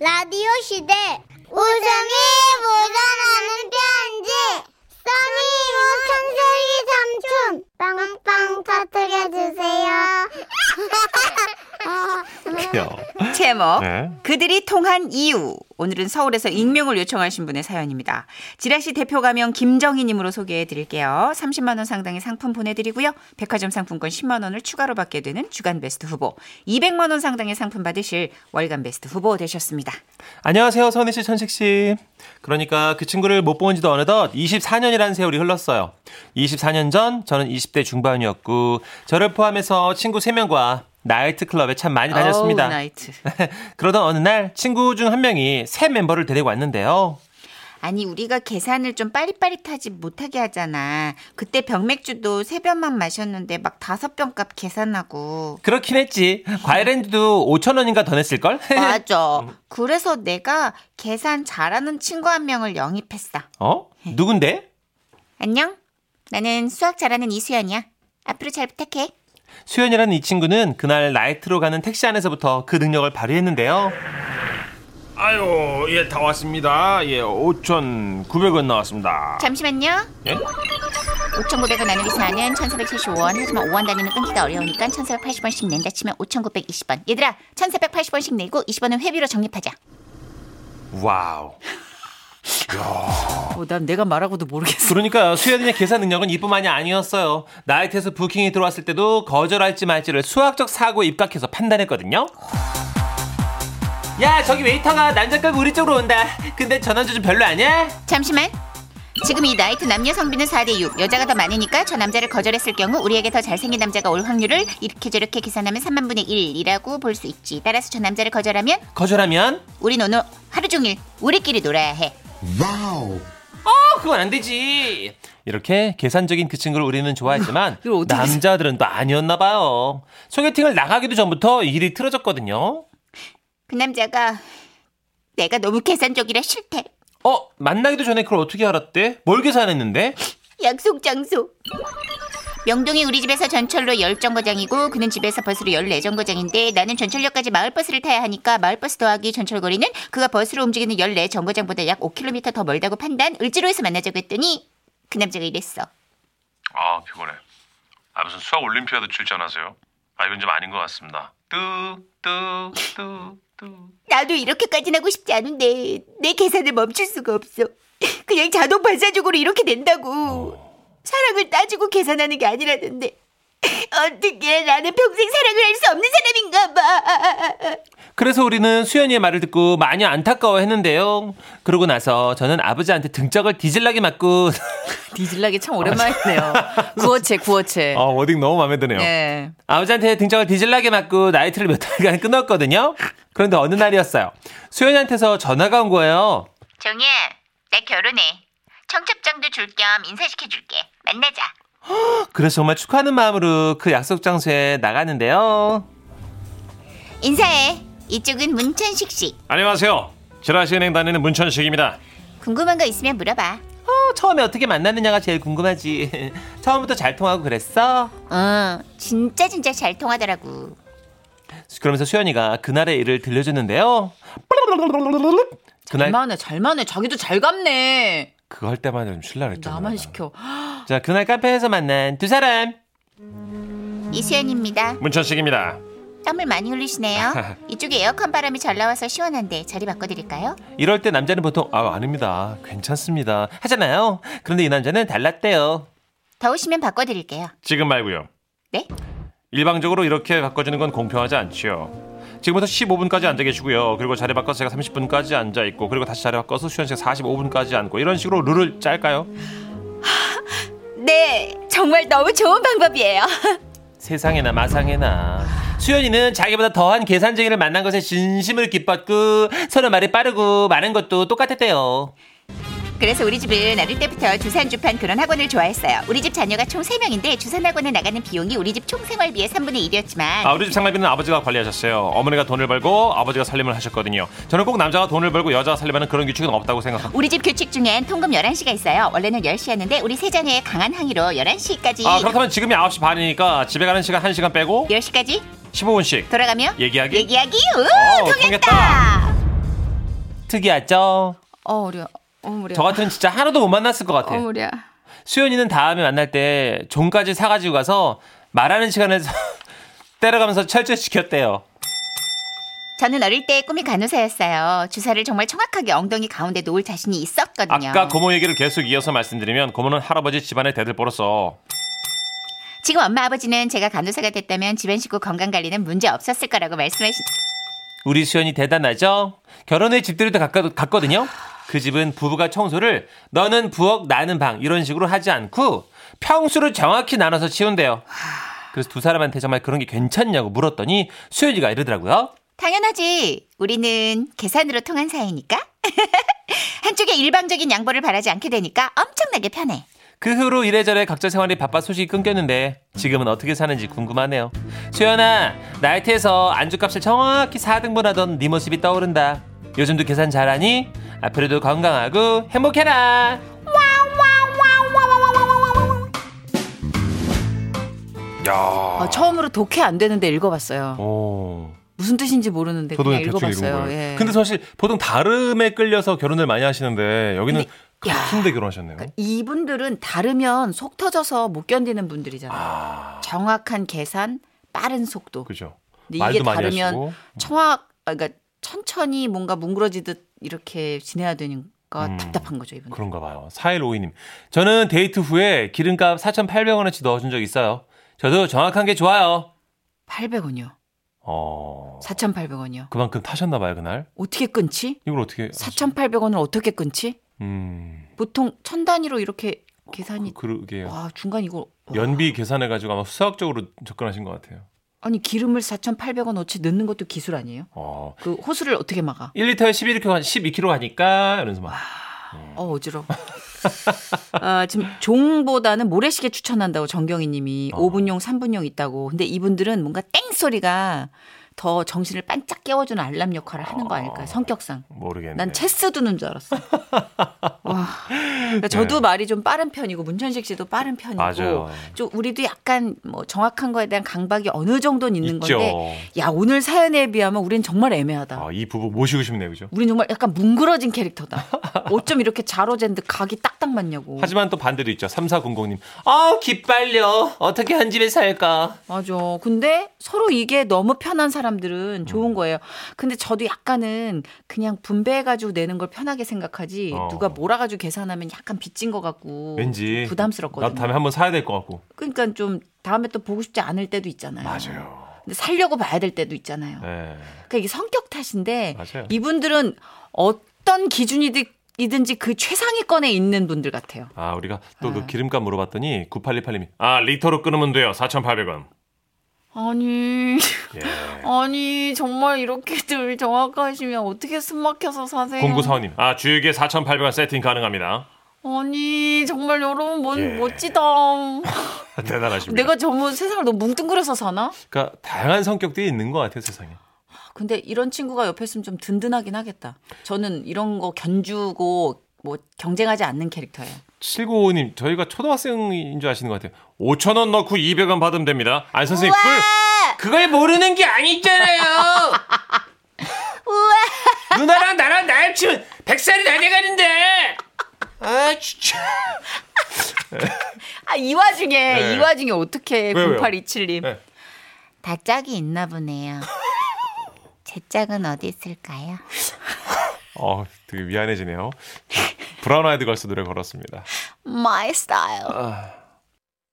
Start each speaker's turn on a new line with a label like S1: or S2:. S1: 라디오 시대 웃음이 묻어나는 편지 써니 우천세기 삼촌 빵빵 터뜨려주세요
S2: 요
S3: 제목
S2: 네.
S3: 그들이 통한 이유 오늘은 서울에서 익명을 요청하신 분의 사연입니다. 지라시 대표 가명 김정희님으로 소개해 드릴게요. 30만 원 상당의 상품 보내드리고요. 백화점 상품권 10만 원을 추가로 받게 되는 주간 베스트 후보 200만 원 상당의 상품 받으실 월간 베스트 후보 되셨습니다.
S2: 안녕하세요, 선희 씨, 천식 씨. 그러니까 그 친구를 못 본 지도 어느덧 24년이라는 세월이 흘렀어요. 24년 전 저는 20대 중반이었고 저를 포함해서 친구 3명과 나이트클럽에 참 많이
S3: 어우,
S2: 네, 다녔습니다.
S3: 나이트.
S2: 그러던 어느 날 친구 중 한 명이 새 멤버를 데리고 왔는데요.
S3: 아니 우리가 계산을 좀 빠릿빠릿하지 못하게 하잖아. 그때 병맥주도 세 병만 마셨는데 막 다섯 병 값 계산하고
S2: 그렇긴 했지. 과일랜드도 5천원인가 더 냈을걸?
S3: 맞아. 그래서 내가 계산 잘하는 친구 한 명을 영입했어.
S2: 어? 누군데?
S3: 안녕? 나는 수학 잘하는 이수연이야. 앞으로 잘 부탁해.
S2: 수연이라는 이 친구는 그날 나이트로 가는 택시 안에서부터 그 능력을 발휘했는데요.
S4: 아유, 예, 다 왔습니다. 예, 5,900원 나왔습니다.
S3: 잠시만요.
S4: 예?
S3: 5,900원 나누기 4는 1,475원. 하지만 5원 단위는 끊기가 어려우니까 1,480원씩 낸다 치면 5,920원. 얘들아, 1,480원씩 내고 20원은 회비로 적립하자.
S4: 와우.
S3: 어, 난 내가 말하고도 모르겠어.
S2: 그러니까 수연이의 계산 능력은 이뿐만이 아니었어요. 나이트에서 부킹이 들어왔을 때도 거절할지 말지를 수학적 사고에 입각해서 판단했거든요. 야 저기 웨이터가 남자 끌고 우리 쪽으로 온다. 근데 전원주 좀 별로 아니야?
S3: 잠시만. 지금 이 나이트 남녀 성비는 4대 6. 여자가 더 많으니까 저 남자를 거절했을 경우 우리에게 더 잘생긴 남자가 올 확률을 이렇게 저렇게 계산하면 3만분의 1이라고 볼 수 있지. 따라서 저 남자를 거절하면
S2: 거절하면
S3: 우린 오늘 하루 종일 우리끼리 놀아야 해.
S2: 어 그건 안 되지. 이렇게 계산적인 그 친구를 우리는 좋아했지만
S3: 이걸 어떻게
S2: 남자들은 또 아니었나 봐요. 소개팅을 나가기도 전부터 이 일이 틀어졌거든요.
S3: 그 남자가 내가 너무 계산적이라 싫대.
S2: 어 만나기도 전에 그걸 어떻게 알았대? 뭘 계산했는데?
S3: 약속 장소. 명동이 우리 집에서 전철로 10정거장이고 그는 집에서 버스로 14정거장인데 나는 전철역까지 마을버스를 타야 하니까 마을버스 더하기 전철거리는 그가 버스로 움직이는 14정거장보다 약 5km 더 멀다고 판단 을지로에서 만나자고 했더니 그 남자가 이랬어.
S5: 아 피곤해. 아 무슨 수학 올림피아드 출전하세요? 아 이건 좀 아닌 것 같습니다. 뚜뚜뚜뚜
S3: 나도 이렇게까지는 하고 싶지 않은데 내 계산을 멈출 수가 없어. 그냥 자동 반사적으로 이렇게 된다고. 사랑을 따지고 계산하는 게 아니라는데 어떻게 나는 평생 사랑을 할 수 없는 사람인가 봐.
S2: 그래서 우리는 수연이의 말을 듣고 많이 안타까워했는데요. 그러고 나서 저는 아버지한테 등짝을 디질나게 맞고
S6: 디질라기 참 오랜만이네요. 구어체, 구어체.
S2: 어, 워딩 너무 마음에 드네요.
S6: 예.
S2: 아버지한테 등짝을 디질나게 맞고 나이트를 몇 달간 끊었거든요. 그런데 어느 날이었어요. 수연이한테서 전화가 온 거예요.
S3: 정희야, 나 결혼해. 청첩장도 줄 겸 인사시켜 줄게. 만나자.
S2: 그래서 정말 축하하는 마음으로 그 약속 장소에 나갔는데요.
S3: 인사해. 이쪽은 문천식 씨.
S4: 안녕하세요. 지라시은행 다니는 문천식입니다.
S3: 궁금한 거 있으면 물어봐.
S2: 어, 처음에 어떻게 만났느냐가 제일 궁금하지. 처음부터 잘 통하고 그랬어?
S3: 어, 진짜 진짜 잘 통하더라고.
S2: 그러면서 수연이가 그날의 일을 들려줬는데요.
S4: 네.
S2: 그날
S6: 잘만해, 잘만해. 자기도 잘 갚네.
S2: 그거 할 때만 좀 실라 그랬잖아.
S4: 네.
S6: 나만 시켜.
S2: 자, 그날 카페에서 만난 두 사람.
S3: 이수연입니다.
S4: 문천식입니다.
S3: 땀을 많이 흘리시네요. 이쪽에 에어컨 바람이 잘 나와서 시원한데 자리 바꿔드릴까요?
S2: 이럴 때 남자는 보통 아, 아닙니다. 괜찮습니다. 하잖아요. 그런데 이 남자는 달랐대요.
S3: 더우시면 바꿔드릴게요.
S4: 지금 말고요.
S3: 네?
S4: 일방적으로 이렇게 바꿔주는 건 공평하지 않지요. 지금부터 15분까지 앉아 계시고요. 그리고 자리 바꿔서 제가 30분까지 앉아 있고 그리고 다시 자리 바꿔서 수현 씨가 45분까지 앉고 이런 식으로 룰을 짤까요?
S3: 네, 정말 너무 좋은 방법이에요.
S2: 세상에나 마상에나. 수연이는 자기보다 더한 계산쟁이를 만난 것에 진심을 기뻤고 서로 말이 빠르고 많은 것도 똑같았대요.
S3: 그래서 우리 집은 어릴 때부터 주산 주판 그런 학원을 좋아했어요. 우리 집 자녀가 총 3명인데 주산 학원에 나가는 비용이 우리 집 총 생활비의 3분의 1이었지만
S4: 아, 우리 집 생활비는 아버지가 관리하셨어요. 어머니가 돈을 벌고 아버지가 살림을 하셨거든요. 저는 꼭 남자가 돈을 벌고 여자가 살림하는 그런 규칙은 없다고 생각합니다.
S3: 우리 집 규칙 중엔 통금 11시가 있어요. 원래는 10시였는데 우리 세 자녀의 강한 항의로 11시까지
S4: 아, 그렇다면 지금이 9시 반이니까 집에 가는 시간 1시간 빼고
S3: 예. 10시까지
S4: 15분씩
S3: 돌아가며
S4: 얘기하기?
S3: 얘기하기? 우,
S4: 어,
S3: 통했다.
S4: 통했다.
S2: 특이하죠?
S3: 어, 우려. 어, 우려.
S2: 저 같으면 진짜 하루도 못 만났을 것
S3: 어,
S2: 같아요.
S3: 우려.
S2: 수연이는 다음에 만날 때 종까지 사가지고 가서 말하는 시간에 때려가면서 철저시켰대요.
S3: 저는 어릴 때 꿈이 간호사였어요. 주사를 정말 정확하게 엉덩이 가운데 놓을 자신이 있었거든요.
S2: 아까 고모 얘기를 계속 이어서 말씀드리면 고모는 할아버지 집안의 대들보로서
S3: 지금 엄마 아버지는 제가 간호사가 됐다면 집안 식구 건강 관리는 문제 없었을 거라고 말씀하신.
S2: 우리 수연이 대단하죠? 결혼 후에 집들이도 갔거- 갔거든요. 그 집은 부부가 청소를 너는 부엌 나는 방 이런 식으로 하지 않고 평수를 정확히 나눠서 치운대요. 그래서 두 사람한테 정말 그런 게 괜찮냐고 물었더니 수연이가 이러더라고요.
S3: 당연하지. 우리는 계산으로 통한 사이니까. 한쪽에 일방적인 양보를 바라지 않게 되니까 엄청나게 편해.
S2: 그 후로 이래저래 각자 생활이 바빠 소식이 끊겼는데 지금은 어떻게 사는지 궁금하네요. 수연아, 나이트에서 안주값을 정확히 4등분하던 네 모습이 떠오른다. 요즘도 계산 잘하니? 앞으로도 건강하고 행복해라.
S6: 아, 처음으로 독해 안 되는데 읽어봤어요.
S2: 오.
S6: 무슨 뜻인지 모르는데 그냥 읽어봤어요. 예.
S4: 근데 사실 보통 다름에 끌려서 결혼을 많이 하시는데 여기는 같은데 결혼하셨네요.
S6: 그 이분들은 다르면 속 터져서 못 견디는 분들이잖아요. 정확한 계산, 빠른 속도.
S4: 그죠.
S6: 근데 이게
S4: 말도 많이
S6: 다르면
S4: 하시고.
S6: 청학, 아, 그러니까 천천히 뭔가 뭉그러지듯 이렇게 지내야 되니까
S4: 음.
S6: 답답한 거죠 이분.
S4: 그런가 봐요.
S2: 4152님. 저는 데이트 후에 기름값 4,800원어치 넣어준 적 있어요. 저도 정확한 게 좋아요.
S6: 800원이요.
S2: 어,
S6: 4,800원이요.
S2: 그만큼 타셨나봐요, 그날.
S6: 어떻게 끊지?
S2: 이걸 어떻게.
S6: 4,800원을 어떻게 끊지?
S2: 음,
S6: 보통 천 단위로 이렇게 계산이
S2: 그러게요.
S6: 와 중간 이거 와.
S2: 연비 계산해가지고 아마 수학적으로 접근하신 것 같아요.
S6: 아니 기름을 4,800원 어치 넣는 것도 기술 아니에요?
S2: 어.
S6: 그 호수를 어떻게 막아?
S2: 1리터에 11kg, 12kg 하니까, 이러면서 막.
S4: 음.
S6: 어 어지러. 아 지금 종보다는 모래시계 추천한다고 정경희님이
S4: 아.
S6: 5분용 3분용 있다고. 근데 이분들은 뭔가 땡 소리가 더 정신을 반짝 깨워주는 알람 역할을 하는 거 아닐까요? 성격상.
S4: 모르겠네.
S6: 난 체스 두는 줄 알았어. 와. 그러니까 저도 말이 좀 빠른 편이고 문천식 씨도 빠른 편이고
S4: 네. 맞아요.
S6: 좀 우리도 약간 뭐 정확한 거에 대한 강박이 어느 정도는 있는
S4: 있죠.
S6: 건데 야 오늘 사연에 비하면 우린 정말 애매하다.
S4: 아, 이 부부 모시고 싶네요. 그죠?
S6: 우린 정말 약간 뭉그러진 캐릭터다. 어쩜 이렇게 잘 어젠데 각이 딱딱 맞냐고.
S2: 하지만 또 반대도 있죠. 3400님. 아, 기빨려. 어떻게 한 집에 살까?
S6: 맞아. 근데 서로 이게 너무 편한
S4: 음.
S6: 사람들은 좋은 거예요. 근데 저도 약간은 그냥 분배해가지고 내는 걸 편하게 생각하지
S4: 어.
S6: 누가 몰아가지고 계산하면 약간 빚진 것 같고
S4: 왠지 나
S6: 부담스럽거든요.
S4: 다음에 한번 사야 될 것 같고.
S6: 그러니까 좀 다음에 또 보고 싶지 않을 때도 있잖아요.
S4: 맞아요.
S6: 근데 살려고 봐야 될 때도 있잖아요.
S4: 네.
S6: 그러니까 이게 성격 탓인데
S4: 맞아요.
S6: 이분들은 어떤 기준이든지 그 최상위권에 있는 분들 같아요.
S4: 아, 우리가
S6: 아.
S4: 또 그 기름값 물어봤더니 9828님이 아, 리터로 끊으면 돼요. 4,800원.
S6: 아니,
S4: 예.
S6: 아니 정말 이렇게들 정확하시면 어떻게 숨 막혀서 사세요?
S4: 공구사원님. 아, 주유기에 4,800원 세팅 가능합니다.
S6: 아니 정말 여러분 뭔
S4: 예.
S6: 멋지다.
S4: 대단하십니다.
S6: 내가 전부 세상을 너무 뭉뚱그려서 사나?
S4: 그러니까 다양한 성격들이 있는 것 같아요, 세상에.
S6: 근데 이런 친구가 옆에 있으면 좀 든든하긴 하겠다. 저는 이런 거 견주고 뭐 경쟁하지 않는 캐릭터예요.
S4: 795님, 저희가 초등학생인 줄 아시는 것 같아요. 5,000원 넣고 200원 받으면 됩니다. 안 선생님, 꿀!
S2: 그걸 모르는 게 아니잖아요. 누나랑 나랑 나이 치면 100살이 다 돼가는데. 아, 진짜.
S6: 아, 이 와중에
S4: 네.
S6: 이 와중에 어떻게
S4: 왜요?
S6: 0827님
S4: 네.
S3: 다 짝이 있나 보네요. 제 짝은 어디 있을까요?
S4: 어, 되게 미안해지네요. 브라운 아이드 걸스 노래 걸었습니다.
S6: 마이 스타일.
S4: 아,